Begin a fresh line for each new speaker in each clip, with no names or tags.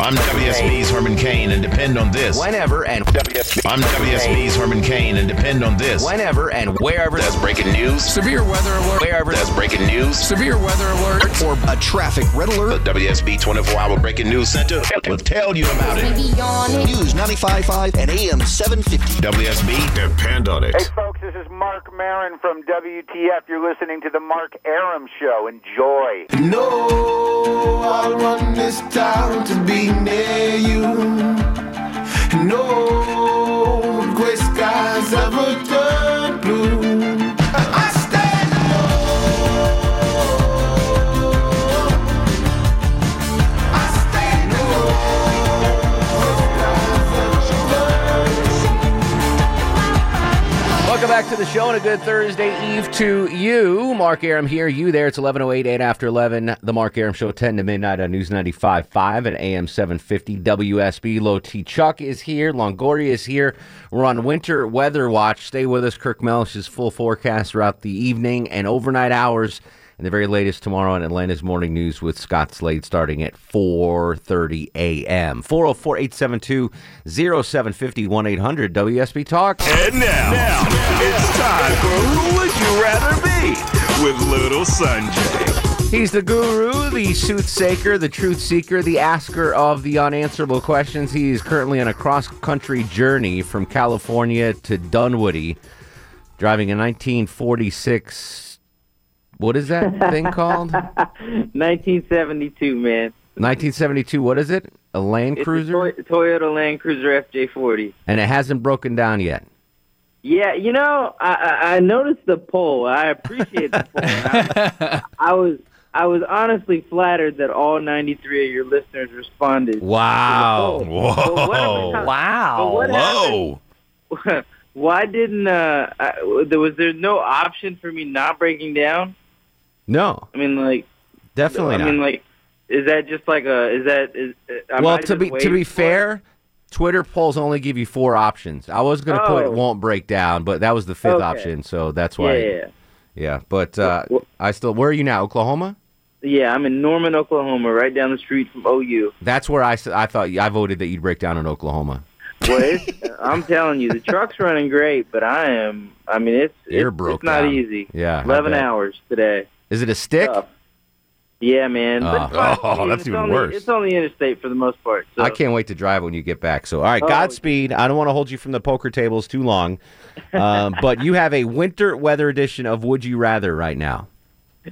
I'm WSB's Herman Kane and depend on this.
Whenever and
I'm WSB's Herman Kane and depend on this.
whenever and wherever
That's breaking news.
Severe weather alert.
wherever
That's breaking news.
Severe weather alert.
or a traffic red
The
alert.
WSB 24 hour breaking news center will tell you about it.
News 95.5 and AM 750.
WSB, depend on it.
Hey, folks, this is Mark Marin from WTF. You're listening to The Mark Aram Show. Enjoy.
No, I want this town to be near you. No gray skies ever turn blue. I stand alone. I stand alone. Gray skies ever turn blue.
Welcome back to the show and a good Thursday Eve to you. Mark Aram here, you there. It's 11.08, 8 after 11. The Mark Aram Show, 10 to midnight on News 95.5 and AM 750. WSB Low T Chuck is here. Longoria is here. We're on Winter Weather Watch. Stay with us. Kirk Mellish's full forecast throughout the evening and overnight hours. And the very latest tomorrow on Atlanta's Morning News with Scott Slade starting at 4.30 a.m. 404-872-0750, 1-800-WSB Talk.
And now, it's time for Would You Rather Be with Little Sunjay.
He's the guru, the soothsayer, the truth seeker, the asker of the unanswerable questions. He is currently on a cross country journey from California to Dunwoody, driving a 1946. What is that thing called?
1972, man.
1972. What is it? A Land
It's a
Cruiser?
Toy- Toyota Land Cruiser FJ40.
And it hasn't broken down yet.
Yeah, you know, I, I, I noticed the poll. I appreciate the poll. I, I was I was honestly flattered that all 93 of your listeners responded.
Wow.
Whoa.
Wow.
Whoa.
Why didn't uh, I, there was there no option for me not breaking down?
No,
I mean, like,
definitely
I
not.
mean, like, is that just like a is that is? am
well,
I
to
just
be to
waiting
be
for it?
fair, Twitter polls only give you four options. I was going to put
Oh.
won't break down, but that was the fifth
Okay.
option, so that's why.
yeah, yeah.
Yeah, but uh,
Well-
I still. Where are you now? Oklahoma?
Yeah, I'm in Norman, Oklahoma, right down the street from OU.
That's where I, s- I thought you- I voted that you'd break down in Oklahoma.
Well, it's, I'm telling you, the truck's running great, but I am. I mean, it's
You're
it's,
broke
it's not
down.
easy.
Yeah, I
eleven
bet.
hours Oh, today.
Is it a stick?
Tough. Yeah, man.
Oh.
But-
Oh, that's
it's
even
only-
worse.
It's only interstate for the most part. So.
I can't wait to drive when you get back. So, all right,
Oh,
Godspeed. I don't want to hold you from the poker tables too long, um, but you have a winter weather edition of Would You Rather right now.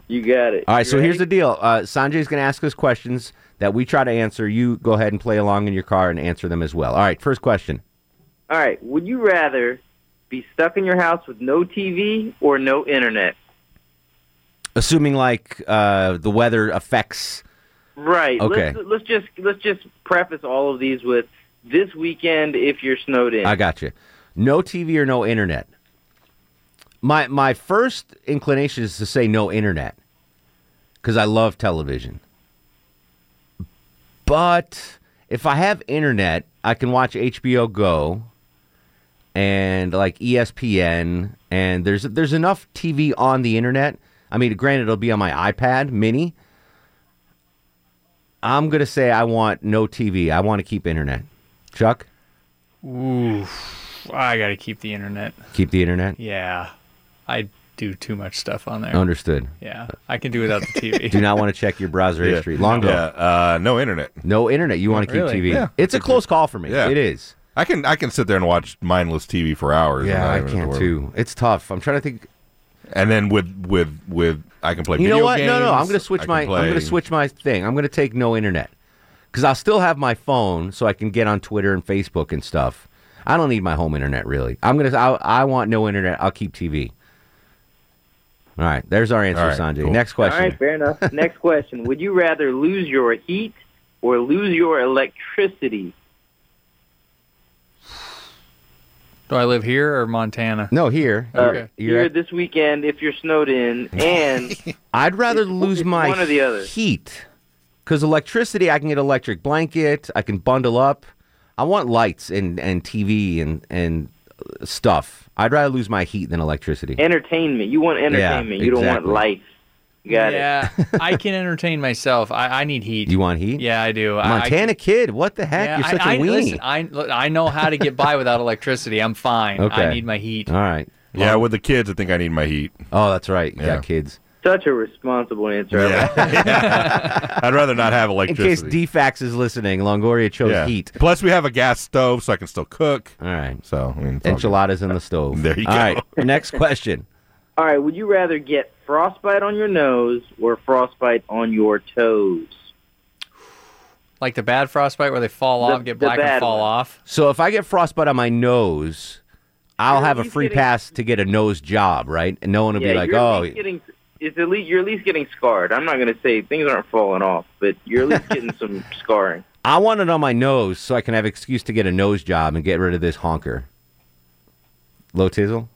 You got it.
All right, so
You
here's the
ready?
deal. Uh, Sanjay's going to ask us questions that we try to answer. You go ahead and play along in your car and answer them as well. All right, first question.
All right. Would you rather be stuck in your house with no TV or no internet?
Assuming like uh, the weather affects.
Right.
Okay.
Let's, let's just let's just preface all of these with this weekend if you're snowed in.
I got you. No TV or no internet. My my first inclination is to say no internet because I love television. But if I have internet, I can watch HBO Go and like E ESPN, and there's there's enough TV on the internet. I mean, granted, it'll be on my iPad Mini. I'm gonna say I want no TV. I want to keep internet. Chuck,
I gotta keep the internet.
keep the internet.
Yeah, I do too much stuff on there.
Understood.
Yeah, I can do without the TV.
Do not want to check your browser history. Long
Yeah,
ago.
uh, no internet.
No internet. You want to keep
Really?
TV.
Yeah.
It's a close call for me.
Yeah.
It is.
I can I can sit there and watch mindless TV for hours. and
Yeah,
not
I
even have to
can't
worry.
too. It's tough. I'm trying to think.
And then with with with I can play.
You know
video
what?
Games,
no, no. I'm going to
I
switch
can
my. I'm
play-
going to switch my thing. I'm going to take no internet because I'll still have my phone, so I can get on Twitter and Facebook and stuff. I don't need my home internet really. I'm gonna. I, I want no internet. I'll keep TV. All right. There's our answer,
All right,
Sanjay.
cool.
Next question.
All right, fair enough. Next question. Would you rather lose your heat or lose your electricity.
Do I live here or Montana?
No, here.
Uh,
Okay.
You're-
Here this weekend if you're snowed in, and
I'd rather lose
it's
my
one or the other.
heat because electricity, I can get electric blanket. I can bundle up. I want lights and, and TV and and uh, stuff. I'd rather lose my heat than electricity.
entertainment. You want entertainment. you don't want
exactly.
life. You Got it.
yeah, I can entertain myself. I, I need heat.
you want heat?
yeah, I do. I- I,
Montana kid, what the heck?
Yeah,
You're such a
I, I-
weenie.
listen, I, look, I know how to get by without electricity. I'm fine.
Okay.
I need my heat.
All right.
Yeah, with the kids, I think I need my heat.
Oh, that's right. You
Yeah.
got kids.
Such a responsible answer. I like
I'd rather not have
In
electricity.
case DFAX is listening, Longoria chose
Yeah.
heat.
Plus, we have a gas stove, so I can still cook.
All right.
So I mean, it's all good.
Enchiladas in the stove.
There you
All
go.
right. Next question.
All right, would you rather get frostbite on your nose or frostbite on your toes?
Like the bad frostbite where they fall
The-
off, get
the
black
bad
and fall
one.
off.
So if I get frostbite on my nose, I'll
You're at
have a
least
free
getting-
pass to get a nose job, right? And no one will be like,
you're at
"Oh,
least getting, it's at least, you're at least getting scarred. I'm not going to say things aren't falling off, but you're at least getting some scarring.
I want it on my nose so I can have excuse to get a nose job and get rid of this honker." Low tizzle.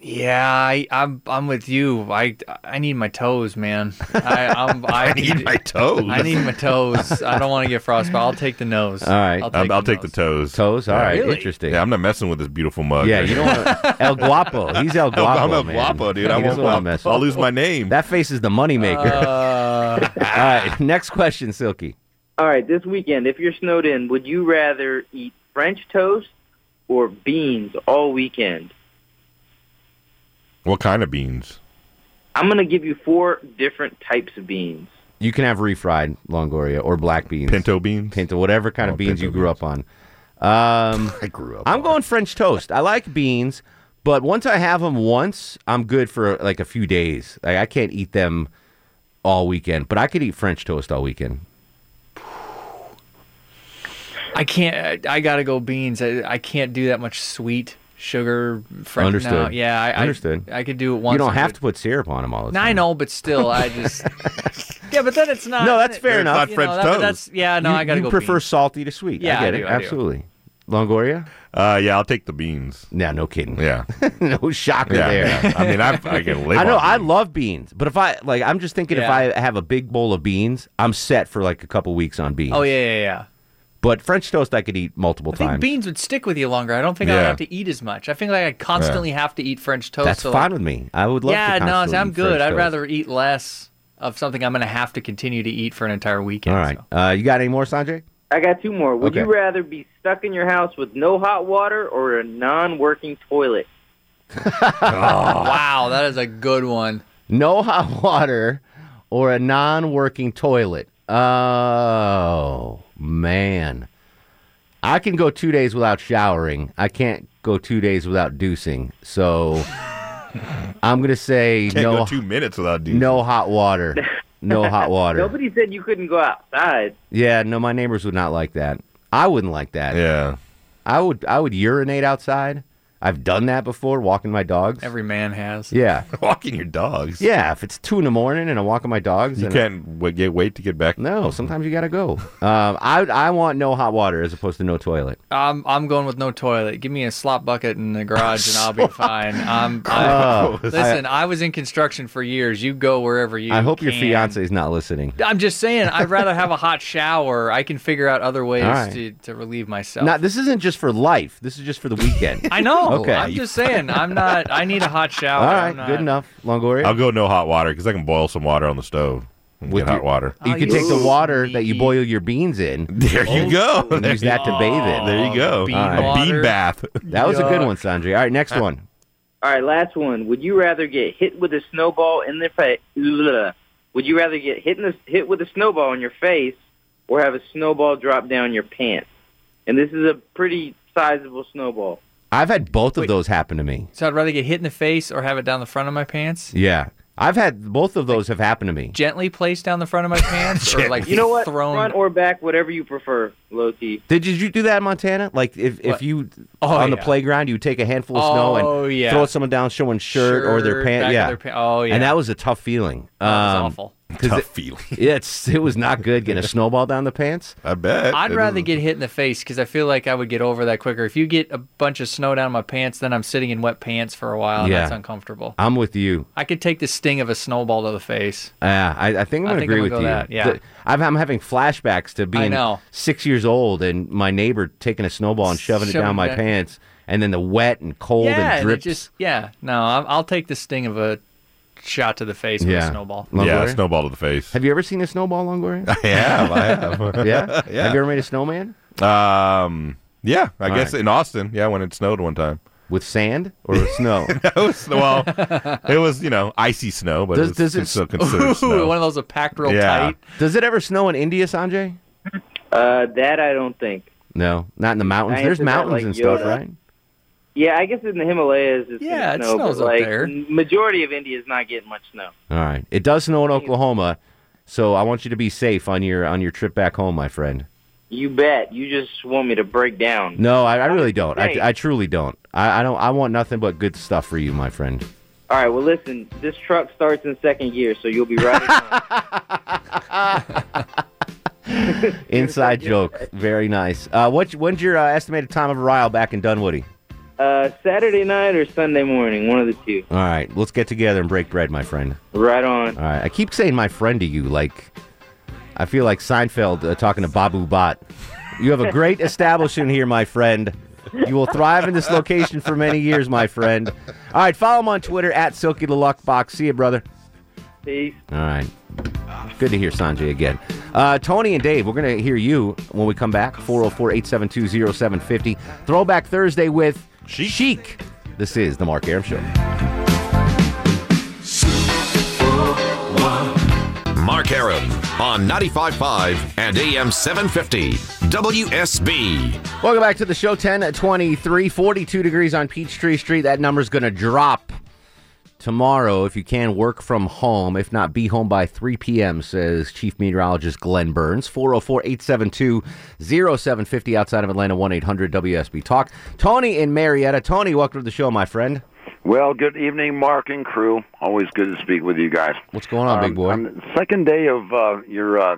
Yeah, I, I'm I'm with you. I I need my toes, man. I I'm, I,
need my toes.
I need my toes. I don't want to get frostbite. I'll take the nose.
All right.
I'll, I'll take the
nose.
toes.
Toes. All
Yeah.
right. Interesting.
Yeah, I'm not messing with this beautiful mug.
Yeah,
right
you
here.
don't want El Guapo. He's El Guapo.
I'm a
man.
guapo, dude. I
He
won't,
doesn't wanna mess
I'll,
with-
lose my name.
That face is the moneymaker.
Uh,
All right, next question, Silky.
All right, this weekend, if you're snowed in, would you rather eat French toast or beans all weekend?
what kind of beans?
I'm going to give you four different types of beans.
You can have refried Longoria or black beans,
Pinto beans.
Pinto, whatever kind
Oh,
of beans
pinto
you grew up
beans.
on. Um,
I grew up.
I'm going French toast. I like beans, but once I have them once, I'm good for like a few days. Like I can't eat them all weekend, but I could eat French toast all weekend.
I can't. I gotta go beans. I, I can't do that much sweet sugar. French,
Understood.
No, yeah, I I-
Understood.
I, could do it once.
you don't
a
have
good-
to put syrup on them all the
No,
time.
I know, but still, I just. yeah, but then it's not.
No, that's fair
you
enough.
know,
Not French
that- but
toast.
That's, yeah, no,
you,
I gotta
you
go.
prefer
beans.
salty to sweet. I
Yeah, I
get it.
do, I do.
Absolutely. Longoria?
Uh, yeah, I'll take the beans.
Nah, no kidding.
Yeah,
no shocker
yeah.
there.
I mean, I, I can live.
I know
on
I
beans.
love beans, but if I like, I'm just thinking
Yeah.
if I have a big bowl of beans, I'm set for like a couple weeks on beans.
Oh yeah, yeah, yeah.
but French toast I could eat multiple
I think
times.
beans would stick with you longer. I don't think I
Yeah.
would have to eat as much. I think like I constantly have to eat French toast.
That's
so
fine
like-
with me. I would love.
yeah,
to
no,
constantly
I'm
eat
good.
French
I'd
toast.
rather eat less of something I'm going to have to continue to eat for an entire weekend.
All right,
so.
uh, you got any more, Sanjay?
I got two more. Would
Okay.
you rather be stuck in your house with no hot water or a non-working toilet?
Wow, that is a good one.
No hot water, or a non-working toilet. Oh man, I can go two days without showering. I can't go two days without deucing. So I'm gonna say
Can't
no.
go two minutes without doing
No hot water. No hot water.
Nobody said you couldn't go outside.
Yeah, no, my neighbors would not like that. I wouldn't like that.
Yeah,
I would I would urinate outside. I've done that before, walking my dogs.
Every man has.
yeah.
walking your dogs.
Yeah. If it's two in the morning and I'm walking my dogs
you
and
can't w- get wait to get back.
Oh.
No, sometimes you gotta go. um I I want no hot water as opposed to no toilet.
I'm I'm going with no toilet. Give me a slop bucket in the garage and I'll be fine. I'm, I,
Oh,
listen, I, was in construction for years. You go wherever you.
I hope your
can.
fiance is not listening.
I'm just saying, I'd rather have a hot shower. I can figure out other ways
All right.
to, to relieve myself.
Not this isn't just for life. This is just for the weekend.
I know.
Okay.
I'm just saying. I'm not. I need a hot shower.
All
I'm
right,
not-
good enough. Longoria.
I'll go no hot water because I can boil some water on the stove and
With
get
your-
hot water.
you
Oh,
could
you
take the water that you
sneaky.
boil your beans in
There you go.
and
There
Oh, use that to bathe in.
There you go.
Bean
a bean
water.
bath.
That was a good
Yuck.
one, Sanjay. All right, next one.
All right, last one. Would you rather get hit with a snowball in the face? Would you rather get hit, in the, hit with a snowball in your face or have a snowball drop down your pants? And this is a pretty sizable snowball.
I've had both of
Wait.
those happen to me.
So I'd rather get hit in the face or have it down the front of my pants.
Yeah. I've had both of those have happened to me.
Gently placed down the front of my pants, or like
You know what?
thrown.
Front or back, whatever you prefer, Loki.
Did, did you do that in Montana? Like if, if
What?
you
Oh,
on the
yeah.
playground, you would take a handful of snow
Oh,
and
yeah.
throw someone down showing shirt or their
Shirt, back
pants.
of
Yeah.
their pa- oh yeah.
And that was a tough feeling.
That was
Um,
awful.
Tough feeling.
It's it was not good getting a snowball down the pants.
I bet.
I'd rather get hit in the face because I feel like I would get over that quicker. If you get a bunch of snow down my pants, then I'm sitting in wet pants for a while, and
Yeah.
that's uncomfortable.
I'm with you.
I could take the sting of a snowball to the face.
Yeah, I, I think I'm
I
gonna
think
agree
I'm
with
gonna
you.
go that, yeah.
The- I'm, I'm having flashbacks to being
know.
six years old and my neighbor taking a snowball and shoving it
Shoving
down my
it-
pants, and then the wet and cold
yeah,
and
and it
drips.
just yeah. No, I'll, I'll take the sting of a shot to the face with
yeah,
a snowball.
Yeah,
Longoria?
snowball to the face.
Have you ever seen a snowball, Longoria?
I have. I have.
yeah?
Yeah.
Have you ever made a snowman
Um. Yeah, I
All
guess
right.
in Austin. Yeah, when it snowed one time.
with sand or with snow?
It was, well, it was you know icy snow, but
Does-
it was
does it
still
s-
considered
Ooh, one
snow.
of those that packed real
Yeah.
tight.
Does it ever snow in India, Sanjay?
Uh, that I don't think.
No, not in the mountains.
I
There's
answered that
mountains
like
and stuff,
Yoda.
right?
Yeah, I guess in the Himalayas, it's gonna
Yeah, it
snow,
snows
but,
up
like,
there.
Majority of India is not getting much snow.
All right. It does snow in Oklahoma, so I want you to be safe on your on your trip back home, my friend.
You bet. You just want me to break down.
No, I, I really don't. I,
Hey.
I truly don't. I, I don't. I want nothing but good stuff for you, my friend.
All right. Well, listen. This truck starts in second gear, so you'll be right. in time.
Inside joke. Very nice. Uh, what? When's your uh, estimated time of arrival back in Dunwoody?
uh, Saturday night or Sunday morning, one of the two.
All right. Let's get together and break bread, my friend.
Right on.
All right. I keep saying my friend to you, like I feel like Seinfeld uh, talking to Babu Bot. You have a great establishment here, my friend. You will thrive in this location for many years, my friend. All right, follow him on Twitter at Silky the Luck Box. See you, brother.
Peace.
All right. Good to hear Sanjay again. Uh, Tony and Dave, we're going to hear you when we come back. 404 872 0750. Throwback Thursday with Chic. This is The Mark Aram Show.
Mark Aram on 95.5 and AM 750 WSB.
Welcome back to the show 10 at 23, 42 degrees on Peachtree Street. That number's going to drop tomorrow if you can work from home. If not, be home by 3 p.m., says Chief Meteorologist Glenn Burns. 404 872 0750 outside of Atlanta, 1 800 WSB Talk. Tony in Marietta. Tony, welcome to the show, my friend.
Well, good evening, Mark and crew. Always good to speak with you guys.
What's going on, big boy?
On the second day of uh, your uh,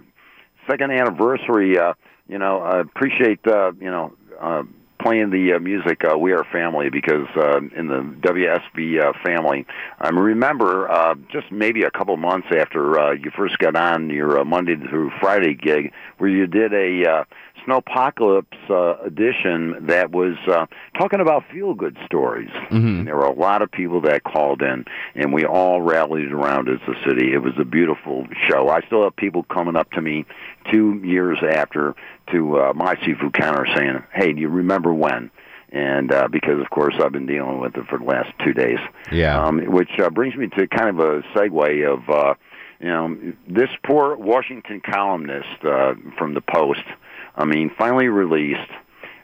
second anniversary, uh, you know, I appreciate uh, you know uh, playing the uh, music uh, "We Are Family" because uh, in the WSB uh, family, I remember uh, just maybe a couple months after uh, you first got on your uh, Monday through Friday gig, where you did a uh, Snowpocalypse uh, edition that was uh, talking about feel-good stories. And there were a lot of people that called in, and we all rallied around as a city. It was a beautiful show. I still have people coming up to me two years after to uh, my seafood counter saying, "Hey, do you remember when?" And uh, because of course I've been dealing with it for the last two days.
Yeah.
Um, which uh, brings me to kind of a segue of, uh, you know, this poor Washington columnist uh, from the Post. I mean, finally released.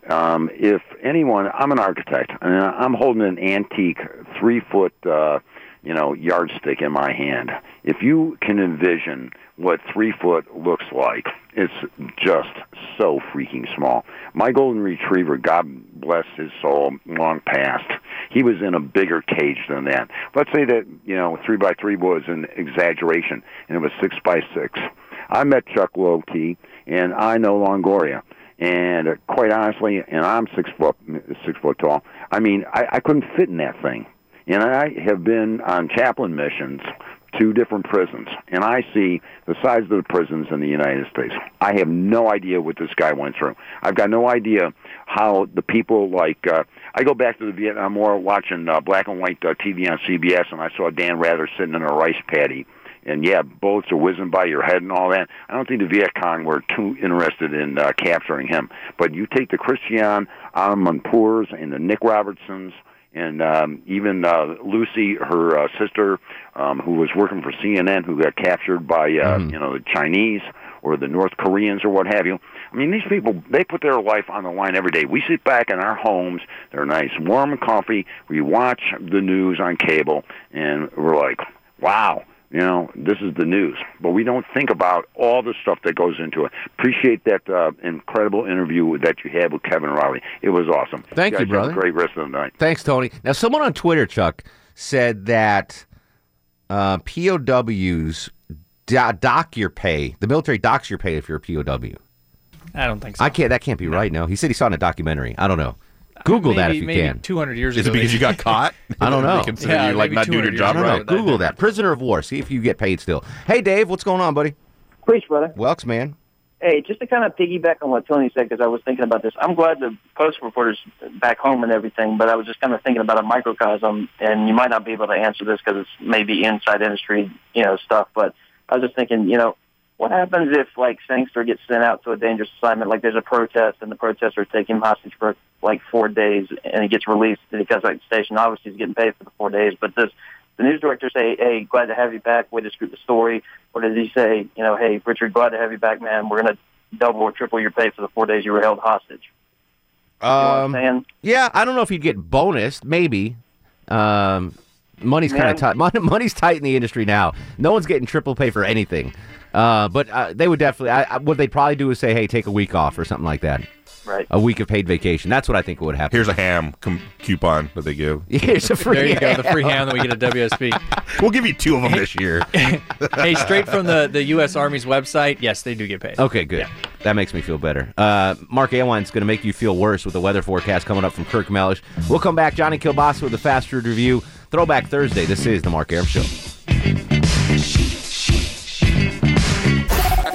Um, if anyone, I'm an architect, and I'm holding an antique three foot, uh, you know, yardstick in my hand. If you can envision what three foot looks like, it's just so freaking small. My golden retriever, God bless his soul, long past. He was in a bigger cage than that. Let's say that you know three by three was an exaggeration, and it was six by six. I met Chuck Lowkey, and I know Longoria. And uh, quite honestly, and I'm six foot six foot tall. I mean, I, I couldn't fit in that thing. And I have been on chaplain missions to different prisons, and I see the size of the prisons in the United States. I have no idea what this guy went through. I've got no idea how the people like. Uh, I go back to the Vietnam War watching uh, black and white uh, TV on CBS, and I saw Dan Rather sitting in a rice paddy and yeah, bullets are whizzing by your head and all that. I don't think the Viet Cong were too interested in uh, capturing him. But you take the Christian Amanpours and the Nick Robertsons and um, even uh, Lucy, her uh, sister, um, who was working for CNN, who got captured by uh, you know the Chinese or the North Koreans or what have you. I mean, these people, they put their life on the line every day. We sit back in our homes, they're nice, warm coffee, we watch the news on cable, and we're like, wow, you know, this is the news. But we don't think about all the stuff that goes into it. Appreciate that uh, incredible interview that you had with Kevin Riley. It was awesome.
Thank you,
guys have a
brother.
great rest of the night.
Thanks, Tony. Now, someone on Twitter, Chuck, said that uh, POWs do- dock your pay. The military docks your pay if you're a POW.
I don't think so.
I can't. That can't be right. No, he said he saw it in a documentary. I don't know. Google that
maybe-
if you
maybe
can.
200 years Is it ago because they- you got
caught?
I don't
They
know.
consider Yeah, you, like, maybe not doing your 200 job years right. ago.
Google that. Prisoner of war. See if you get paid still. Hey, Dave, what's going on, buddy?
Preach, brother.
Welks, man.
Hey, just to kind of piggyback on what Tony said, because I was thinking about this. I'm glad the post reporter's back home and everything, but I was just kind of thinking about a microcosm, and you might not be able to answer this because it's maybe inside industry, you know, stuff. But I was just thinking, you know, what happens if like Sangster gets sent out to a dangerous assignment? Like there's a protest, and the protesters take him hostage for like four days, and he gets released because like the station obviously is getting paid for the four days. But does the news director say, "Hey, glad to have you back. Way to scoop the story," or does he say, "You know, hey, Richard, glad to have you back, man. We're gonna double or triple your pay for the four days you were held hostage.
Um, yeah, I don't know if you'd get bonus. Maybe. Um, money's kind
Yeah.
of tight. Mon- Money's tight in the industry now. No one's getting triple pay for anything. Uh, but uh, they would definitely. I, I, what they'd probably do is say, "Hey, take a week off" or something like that.
Right.
A week of paid vacation. That's what I think would happen.
Here's a ham com- coupon that they give.
Here's a free
There you go, the free ham that we get at WSB.
we'll give you two of them this year.
hey, straight from the, the U.S. Army's website, yes, they do get paid.
Okay, good. That makes me feel better. Uh, Mark Airline's going to make you feel worse with the weather forecast coming up from Kirk Mellish. We'll come back. Johnny Kilbasa with the fast food review. Throwback Thursday. This is the Mark Aram Show.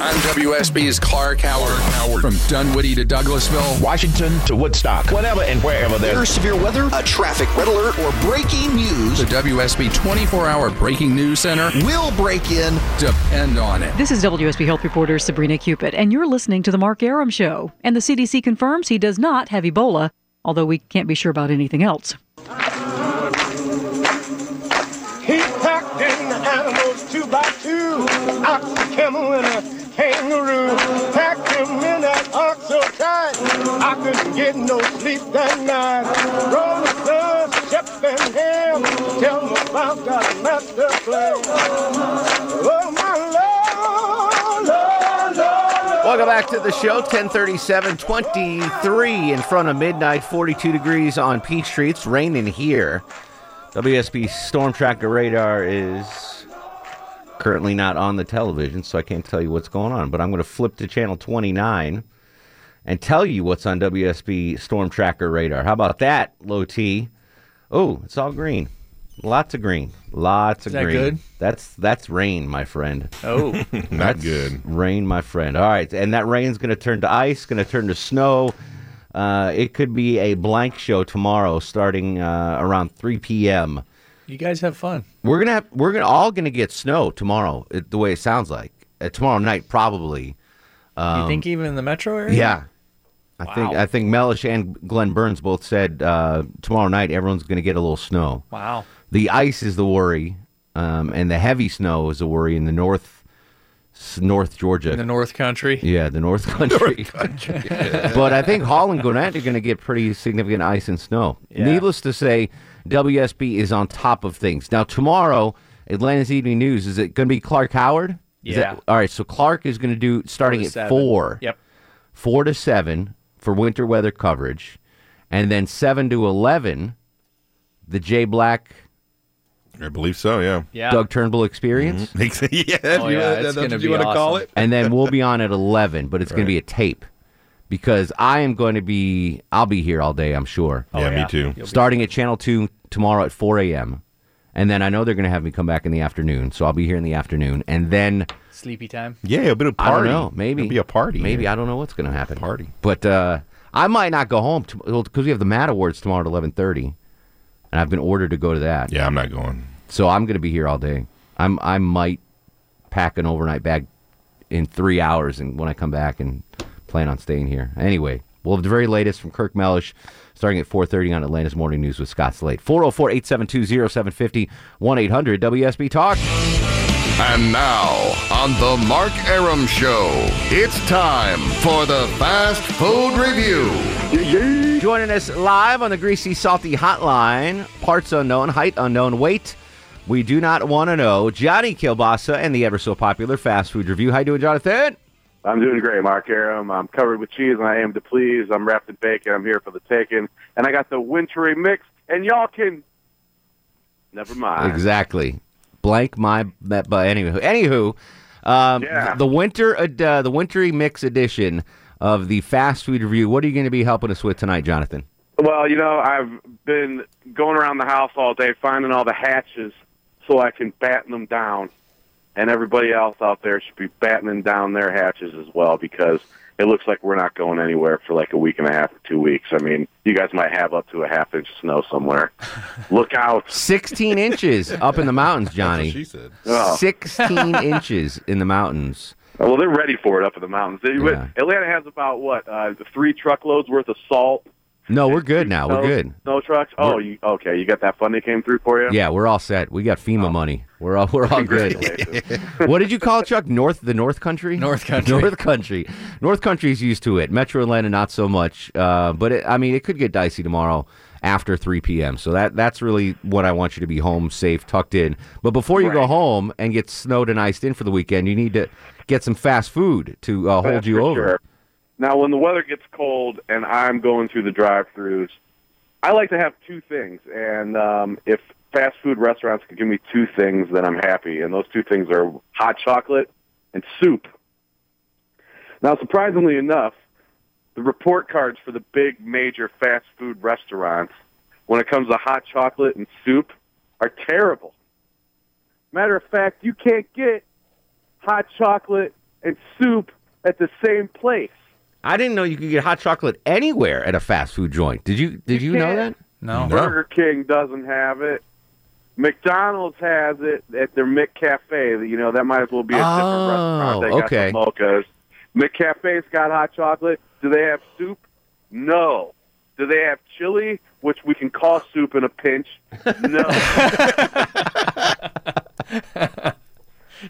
I'm WSB's Clark Howard. Howard. From Dunwoody to Douglasville, Washington to Woodstock, whenever and wherever
Hear
there's
severe weather, a traffic red alert, or breaking news.
the WSB 24 hour breaking news center will break in. Depend on it.
This is WSB Health reporter Sabrina Cupid, and you're listening to The Mark Aram Show. And the CDC confirms he does not have Ebola, although we can't be sure about anything else.
He packed in the animals two by two, ox, a camel, and a kangaroo. Packed him in that ox so tight, I couldn't get no sleep that night. Roll the sun, Shep and Ham, tell me about the master plan. Oh, my Lord, Lord, Lord.
Welcome back to the show. 1037, 23 in front of midnight, 42 degrees on Peachtree. It's raining here. WSB Storm Tracker Radar is currently not on the television, so I can't tell you what's going on. But I'm going to flip to channel 29 and tell you what's on WSB Storm Tracker Radar. How about that, low T? Oh, it's all green. Lots of green. Lots of
Is that
green.
good?
That's that's rain, my friend.
Oh.
That's
Not good.
Rain, my friend. All right, and that rain's going to turn to ice, going to turn to snow. Uh, it could be a blank show tomorrow, starting uh, around 3 p.m.
You guys have fun.
We're gonna have, we're gonna all gonna get snow tomorrow. It, the way it sounds like uh, tomorrow night probably. Um,
you think even in the metro area?
Yeah, I think I think Mellish and Glenn Burns both said uh, tomorrow night everyone's gonna get a little snow.
Wow.
The ice is the worry, um, and the heavy snow is the worry in the north, s- North Georgia.
In the North Country.
Yeah, the North Country. but I think Hall and Gwinnett are going to get pretty significant ice and snow. Needless to say, WSB is on top of things. Now, tomorrow, Atlanta's Evening News, is it going to be Clark Howard? Is that-
Yeah.
all right, so Clark is going to do starting
to
at
seven.
4.
Yep.
4 to 7 for winter weather coverage. And then 7 to 11, the J Black.
I believe so, yeah.
Yeah. Mm-hmm. Oh,
Doug Turnbull experience.
yeah,
Oh,
if you- that's what you want to call it.
And then we'll be on at 11, but it's going to be a tape because I am going to be, I'll be here all day, I'm sure.
Yeah, me yeah. too. You'll be-
Starting at Channel 2 tomorrow at 4 a.m. And then I know they're going to have me come back in the afternoon, so I'll be here in the afternoon. And then.
Sleepy time.
I don't know. Maybe it'll be a party. Maybe I don't know what's going to happen. Party, but uh, I might not go home because we have the Mad Awards tomorrow at eleven thirty, and I've been ordered to go to that. Yeah, I'm not going. So I'm going to be here all day. I'm I might pack an overnight bag in three hours, and when I come back, and plan on staying here. Anyway, we'll have the very latest from Kirk Mellish. Starting at 4.30 on Atlanta's Morning News with Scott oh Slade. 404-872-0750, 1-800-WSB-TALK.
And now, on The Mark Aram Show, it's time for the Fast Food Review.
Joining us live on the Greasy Salty Hotline, parts unknown, height unknown, weight we do not want to know. Johnny Kilbasa and the ever so popular fast food review. How you doing, Jonathan?
I'm doing great, Mark Aram. I'm covered with cheese, and I am to please. I'm wrapped in bacon. I'm here for the taking, and I got the wintry mix. And y'all can never mind.
Exactly. Blank my that but anywho anywho. Um, The winter, ed- uh, the wintry mix edition of the fast food review. What are you going to be helping us with tonight, Jonathan?
Well, you know, I've been going around the house all day finding all the hatches so I can batten them down. And everybody else out there should be battening down their hatches as well because it looks like we're not going anywhere for like a week and a half or two weeks. I mean, you guys might have up to a half inch of snow somewhere. Look out.
16 inches up in the mountains, Johnny.
she said. Oh.
16 inches in the mountains.
Oh, Well, they're ready for it up in the mountains. They, Atlanta has about, what, uh, three truckloads worth of salt?
No, we're good now. We're
snow-
good.
Snow trucks? Oh,
We're-
you, okay. You got that fund that came through for you?
Yeah, we're all set. We got FEMA
Oh.
money. We're all we're all good. what did you call it, Chuck? North the North Country. North
Country.
North Country. North Country's used to it. Metro Atlanta not so much. Uh, but it, I mean, it could get dicey tomorrow after 3 p.m. So that that's really what I want you to be home safe, tucked in. But before you go home and get snowed and iced in for the weekend, you need to get some fast food to uh, hold
That's
you
for
over.
sure. Now, when the weather gets cold and I'm going through the drive-throughs, I like to have two things. And um, if fast food restaurants could give me two things, then I'm happy. And those two things are hot chocolate and soup. Now, surprisingly enough, the report cards for the big major fast food restaurants, when it comes to hot chocolate and soup, are terrible. Matter of fact, you can't get hot chocolate and soup at the same place.
I didn't know you could get hot chocolate anywhere at a fast food joint. Did you did you, know that?
can't. Burger King doesn't have it. McDonald's has it at their McCafe. You know, that might as well be a different
Oh,
restaurant. They got
okay.
the mochas. McCafe's got hot chocolate. Do they have soup? No. Do they have chili, which we can call soup in a pinch? No.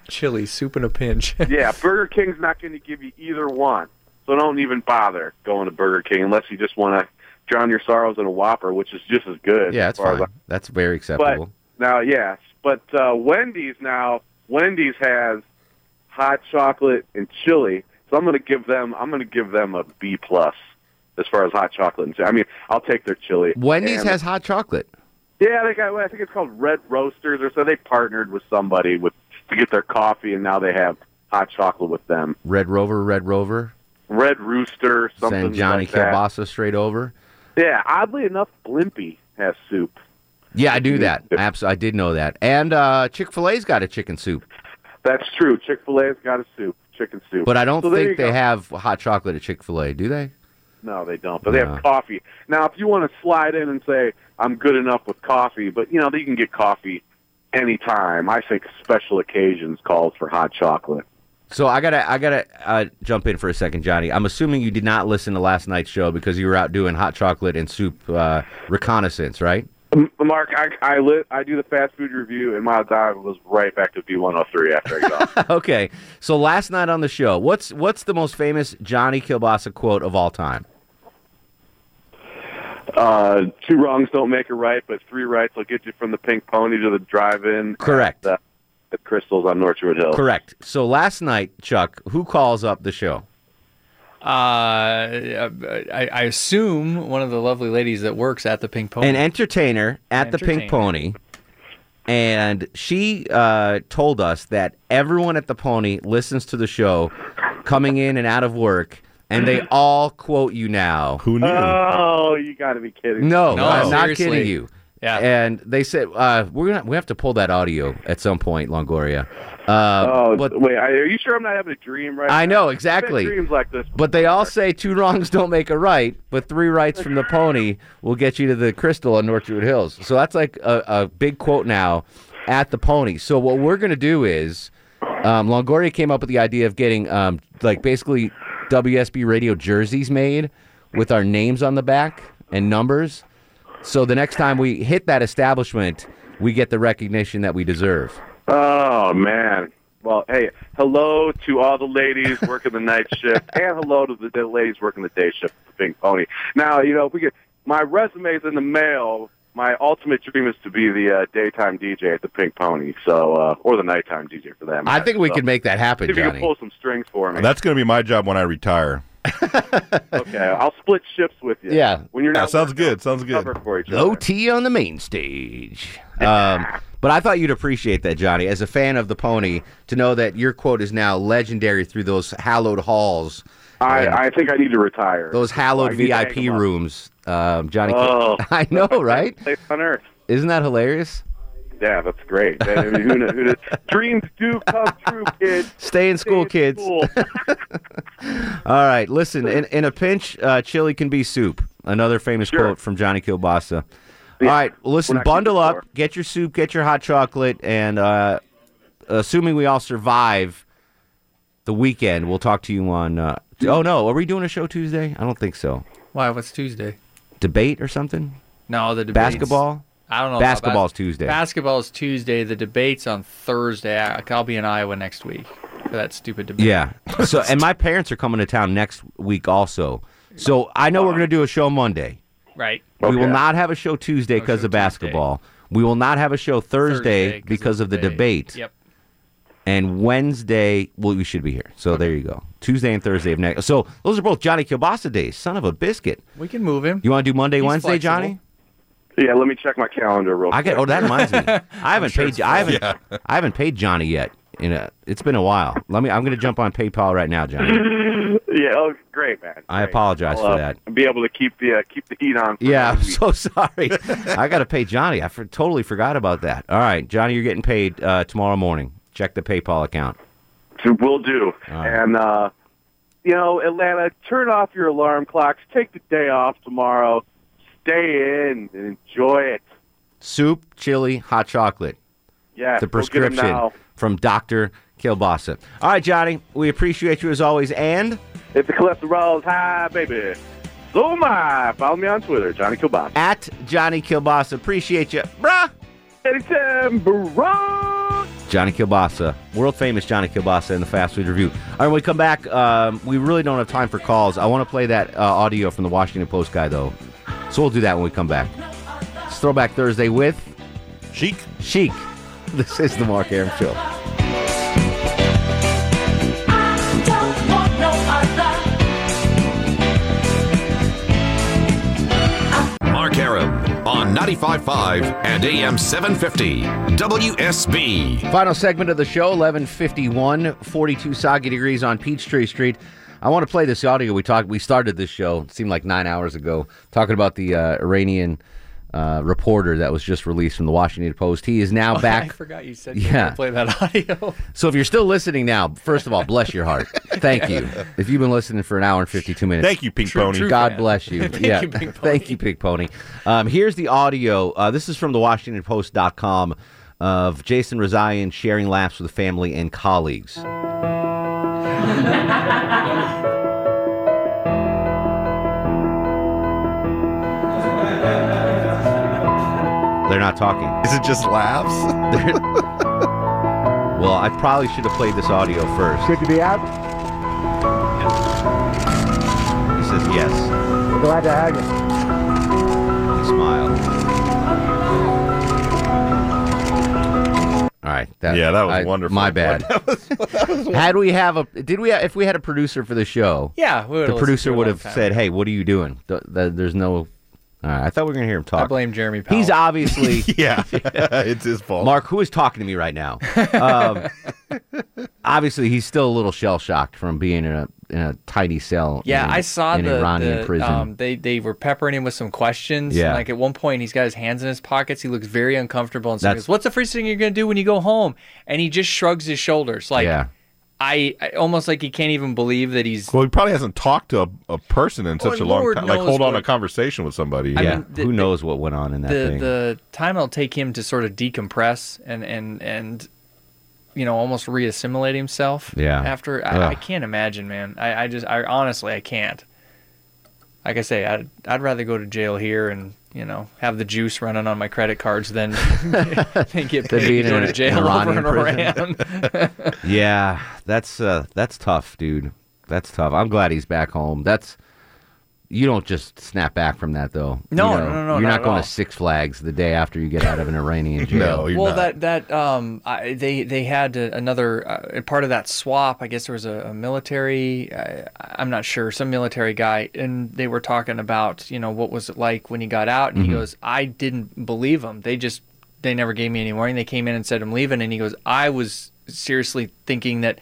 Chili soup in a pinch.
yeah, Burger King's not going to give you either one. So don't even bother going to Burger King unless you just want to drown your sorrows in a Whopper, which is just as good.
Yeah,
as
that's
far as
fine. That's very acceptable.
But now, yes, but uh, Wendy's now Wendy's has hot chocolate and chili, so I'm going to give them I'm going to give them a B plus as far as hot chocolate and chili. I mean, I'll take their chili.
Wendy's
And-
has hot chocolate.
yeah, they got I think it's called Red Roasters or so. They partnered with somebody with to get their coffee, and now they have hot chocolate with them.
Red Rover, Red Rover.
Red Rooster, something
Send Johnny
like that.
Kielbasa straight over.
Yeah, oddly enough, Blimpy has soup.
Yeah, I do that. Absolutely, I did know that. And uh, Chick Fil A's got a chicken soup,
That's true. Chick Fil A's got a soup, chicken soup.
but I don't
So there you
think they
go.
have hot chocolate at Chick Fil A. Do they?
No, they don't. But they
No.
have coffee. Now, if you want to slide in and say I'm good enough with coffee, but you know you can get coffee anytime. I think special occasions calls for hot chocolate.
So I gotta, I gotta uh, jump in for a second, Johnny. I'm assuming you did not listen to last night's show because you were out doing hot chocolate and soup uh, reconnaissance, right?
M- Mark, I I, lit, I do the fast food review, and my dive was right back to B103 after I got off.
okay. So last night on the show, what's what's the most famous Johnny Kielbasa quote of all time?
Uh, two wrongs don't make a right, but three rights will get you from the Pink Pony to the drive-in.
Correct.
At, uh, at Crystals on Northwood Hill.
Correct. So last night, Chuck, who calls up the show?
Uh, I, I assume one of the lovely ladies that works at the Pink Pony.
An entertainer at the Pink Pony. And she uh, told us that everyone at the Pony listens to the show coming in and out of work, and they all quote you now. Who
Oh, you got to be kidding!
No,
me.
I'm not kidding you.
Yeah.
And they said uh, we're gonna we have to pull that audio at some point, Longoria. Uh,
Oh,
but
wait, I- are you sure I'm not having a dream right
I
now?
know,
I've had
exactly.
Dreams like this.
But they all say two wrongs don't make a right, but three rights from the pony will get you to the crystal on Northwood Hills. So that's like a, a big quote now at the pony. So what we're going to do is um, Longoria came up with the idea of getting um, like basically WSB radio jerseys made with our names on the back and numbers. So the next time we hit that establishment, we get the recognition that we deserve.
Oh man. Well, hey, hello to all the ladies working the night shift, and hello to the the ladies working the day shift at the Pink Pony. Now, you know, if we get my resume's in the mail. My ultimate dream is to be the uh, daytime DJ at the Pink Pony, so uh, or the nighttime DJ for that.
I
matter.
think we
So,
could make that happen,
If you
Johnny.
can pull some strings for me,
That's going to be my job when I retire.
okay. I'll split ships with you.
Yeah.
when you're
Yeah,
not
sounds
working,
good, sounds
I'll
good.
cover For each
Low
other.
T on the main stage. Um, But I thought you'd appreciate that, Johnny, as a fan of the pony, to know that your quote is now legendary through those hallowed halls.
I, I think I need to retire.
Those hallowed
I need to hang
VIP
them up.
rooms, um, Johnny.
Oh.
I know, right?
Place on earth.
Isn't that hilarious?
Yeah, that's great. I mean, who kn- who kn- dreams do come true, kids.
Stay in school, kids.
school.
All right, listen. In, in a pinch, uh, chili can be soup. Another famous quote from Johnny Kilbasa. All right, well,
We're
listen.
not
Bundle
keeping
up, get your soup, get your hot chocolate, and uh, assuming we all survive the weekend, we'll talk to you on. Uh, oh no, are we doing a show Tuesday? I don't think so.
Why? What's Tuesday?
Debate or something?
No, the debates.
Basketball?
I don't know. about bas-
Basketball's Tuesday.
Basketball's Tuesday. The debates on Thursday. I- I'll be in Iowa next week for that stupid debate.
Yeah. So, and my parents are coming to town next week also. So I know we're going to do a show Monday.
Right.
We will not have a show Tuesday because of basketball. We will not have a show Thursday,
Thursday 'cause
because of the debate.
Yep.
And Wednesday, well, we should be here. So there you go. Tuesday and Thursday of next. So those are both Johnny Kilbasa days. Son of a biscuit.
We can move him.
You want to do Monday,
He's
Wednesday,
flexible.
Johnny?
Yeah, let me check my calendar real
I
quick.
get. Oh, that reminds me. I haven't
sure
paid.
it's
I haven't.
full. Yeah.
I haven't paid Johnny yet. In a, it's been a while. Let me. I'm going to jump on PayPal right now, Johnny.
yeah, oh, great, man.
I apologize
I'll,
for
uh,
that.
Be able to keep the uh, keep the heat on. for
Yeah, I'm
another week.
so sorry. I got to pay Johnny. I for, totally forgot about that. All right, Johnny, you're getting paid uh, tomorrow morning. Check the PayPal account.
So we'll do. And uh, you know, Atlanta, turn off your alarm clocks. Take the day off tomorrow. Stay in and enjoy it.
Soup, chili, hot chocolate.
Yeah, go get
the
'em
prescription
now.
from Doctor Kilbasa. All right, Johnny, we appreciate you as always. And
if the cholesterol is high, baby, so am I. Follow me on Twitter, Johnny Kilbasa.
At Johnny Kilbasa, appreciate you, bruh.
Anytime, bruh.
Johnny Kilbasa, world famous Johnny Kilbasa in the fast food review. All right, when we come back, um, we really don't have time for calls. I want to play that uh, audio from the Washington Post guy, though. So we'll do that when we come back. It's Throwback Thursday with Chic. Chic. This is the Mark Aram Show.
Mark Aram on 95.5 and AM 750 WSB.
Final segment of the show, 1151, 42 soggy degrees on Peachtree Street. I want to play this audio. We talked. We started this show. It seemed like nine hours ago, talking about the uh, Iranian uh, reporter that was just released from the Washington Post. He is now
I
back.
forgot you said you were
Yeah.
gonna play that audio.
So if you're still listening now, first of all, bless your heart. Thank you. If you've been listening for an hour and 52 minutes,
Thank you, Pink True- Pony. true
God
fan.
bless you.
Thank
yeah.
you, Pink
Thank you, Pink Pony. Um, here's the audio. Uh, this is from the WashingtonPost.com of Jason Rezaian sharing laughs with family and colleagues. They're not talking. Is it just laughs? well, I probably should have played this audio first.
Good to be out.
He says yes.
Glad to have you.
He smiled. All right. That, yeah, that was wonderful. My bad. Had we have a did we have, if we had a producer for the show?
Yeah, we would've
the
listened
producer
to it a
would
long
have
time
said, "Hey, what are you doing?" Th- th- There's no. All right, I thought we were gonna hear him talk.
I blame Jeremy. Powell.
He's obviously
yeah, it's his fault.
Mark, who is talking to me right now? Um, obviously, he's still a little shell shocked from being in a in a tiny cell.
Yeah,
in,
I saw
in
the,
Iranian
the,
prison.
Um, they they were peppering him with some questions.
Yeah.
Yeah. Like at one point, he's got his hands in his pockets. He looks very uncomfortable. And so he
That's-
goes, "What's the first thing you're gonna do when you go home?" And he just shrugs his shoulders, like
Yeah.
I, I almost like he can't even believe that he's.
Well, he probably hasn't talked to a, a person in
Well,
such a long
Oh, Lord
time. Like
knows
hold on
what-
a conversation with somebody.
I Yeah. mean, the-
Who knows what went on in
The
that thing?
the time it'll take him to sort of decompress and and and you know almost reassimilate himself.
Yeah.
After I, I
Ugh.
can't imagine, man. I, I just I honestly I can't. Like I say, I'd I'd rather go to jail here and you know have the juice running on my credit cards than than get
Than
paid to
being
go
in
to
an
jail over
Iranian
and around.
yeah, that's uh, that's tough, dude. That's tough. I'm glad he's back home. That's you don't just snap back from that though.
No,
You
no, no, no,
You're
not
not,
at
going
all.
to Six Flags the day after you get out of an Iranian jail.
well, that that um, I, they they had a- another uh, part of that swap. I guess there was a, a military. I, I'm not sure, some military guy, and they were talking about you know what was it like when he got out, and
Mhm.
he goes, I didn't believe him. They just they never gave me any warning. They came in and said I'm leaving, and he goes, I was seriously thinking that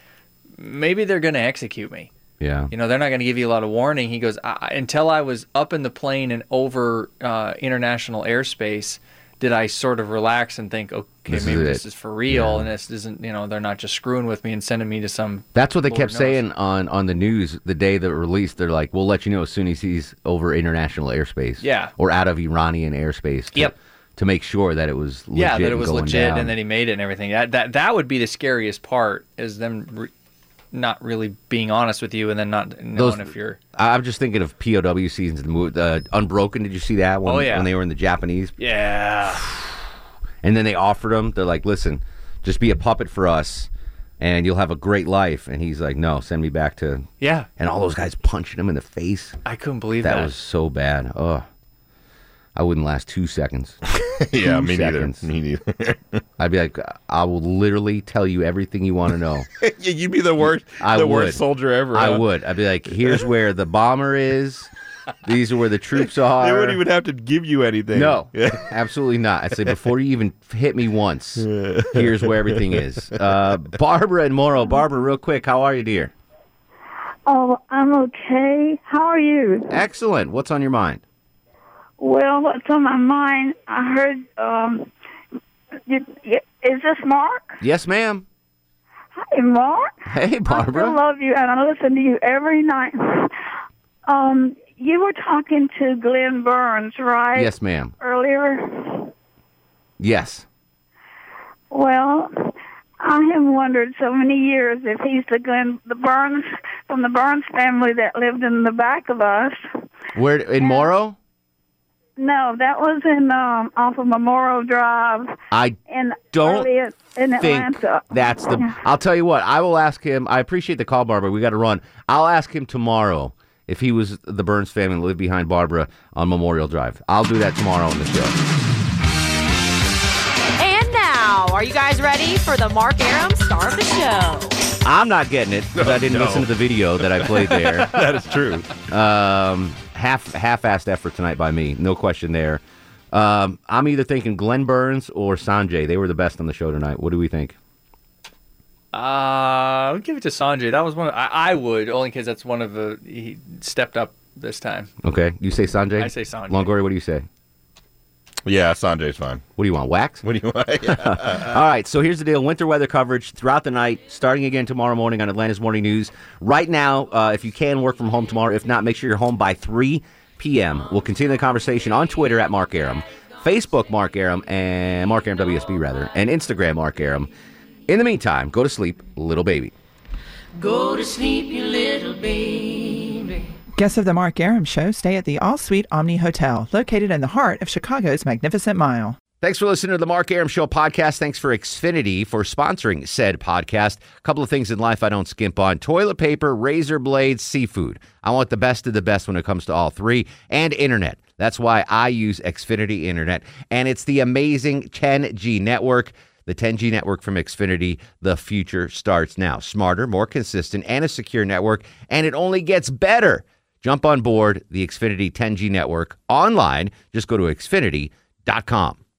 maybe they're going to execute me.
Yeah.
You know, they're not going to give you a lot of warning. He goes, I, I- until I was up in the plane and over uh, international airspace, did I sort of relax and think, okay,
This is
maybe
it.
this is for real, and this isn't, you know, they're not just screwing with me and sending me to some.
That's what they
Lord
kept
knows.
saying on, on the news the day that released. They're like, "We'll let you know as soon as he's over international airspace,
Yeah.
or out of Iranian airspace." To,
Yep.
to make sure that it was legit
yeah, that it
and
was
going
legit,
down.
and then he made it and everything. That that that would be the scariest part is them re- not really being honest with you, and then not knowing
Those-
if you're.
I- I'm just thinking of POW seasons. The movie uh, Unbroken. Did you see that one?
Oh, yeah.
When they were in the Japanese,
Yeah.
and then they offered him. They're like, "Listen, just be a puppet for us, and you'll have a great life." And he's like, "No, send me back to."
Yeah.
And all those guys punching him in the face.
I couldn't believe
that.
that.
was so bad. Ugh. I wouldn't last two seconds.
Yeah,
Two
me neither.
Me neither. I'd be like, I will literally tell you everything you want to know.
yeah, you'd be the worst,
I
the
would.
worst soldier ever.
I
huh?
would. I'd be like, here's where the bomber is. These are where the troops are.
They wouldn't even have to give you anything.
No, absolutely not. I'd say before you even hit me once, here's where everything is. Uh, Barbara and Morrow. Barbara, real quick, how are you, dear?
Oh, I'm okay. How are you?
Excellent. What's on your mind?
Well, what's on my mind? I heard. Um, you, you, is this Mark?
Yes, ma'am.
Hi, Mark.
Hey, Barbara.
I love you, and I listen to you every night. Um, you were talking to Glenn Burns, right?
Yes, ma'am.
Earlier.
Yes.
Well, I have wondered so many years if he's the Glenn, the Burns from the Burns family that lived in the back of us.
Where in Morrow?
No, that was in um, off of Memorial Drive
I
in
Don't
early in, in
think
Atlanta.
that's the. I'll tell you what. I will ask him. I appreciate the call, Barbara. We got to run. I'll ask him tomorrow if he was the Burns family that lived behind Barbara on Memorial Drive. I'll do that tomorrow on the show.
And now, are you guys ready for the Mark Aram star of the show?
I'm not getting it because I didn't
No.
listen to the video that I played there.
That is true.
Um, half half-assed effort tonight by me, no question there. Um, I'm either thinking Glenn Burns or Sanjay. They were the best on the show tonight. What do we think?
Uh, I would give it to Sanjay. That was one. Of, I, I would only because that's one of the he stepped up this time.
Okay, you say Sanjay.
I say Sanjay.
Longoria, what do you say?
Yeah, Sanjay's fine.
What do you want? Wax?
What do you want? Yeah.
All right, so here's the deal. Winter weather coverage throughout the night, starting again tomorrow morning on Atlanta's Morning News. Right now, uh, if you can, work from home tomorrow. If not, make sure you're home by 3 p.m. We'll continue the conversation on Twitter at Mark Aram, Facebook Mark Aram, and Mark Aram WSB, rather, and Instagram Mark Aram. In the meantime, go to sleep, little baby.
Go to sleep, you little baby.
Guests of the Mark Aram Show stay at the All Suite Omni Hotel, located in the heart of Chicago's Magnificent Mile.
Thanks for listening to the Mark Aram Show podcast. Thanks for Xfinity for sponsoring said podcast. A couple of things in life I don't skimp on toilet paper, razor blades, seafood. I want the best of the best when it comes to all three, and internet. That's why I use Xfinity Internet, and it's the amazing 10G network. The 10G network from Xfinity, the future starts now. Smarter, more consistent, and a secure network, and it only gets better. Jump on board the Xfinity 10G network online. Just go to xfinity.com.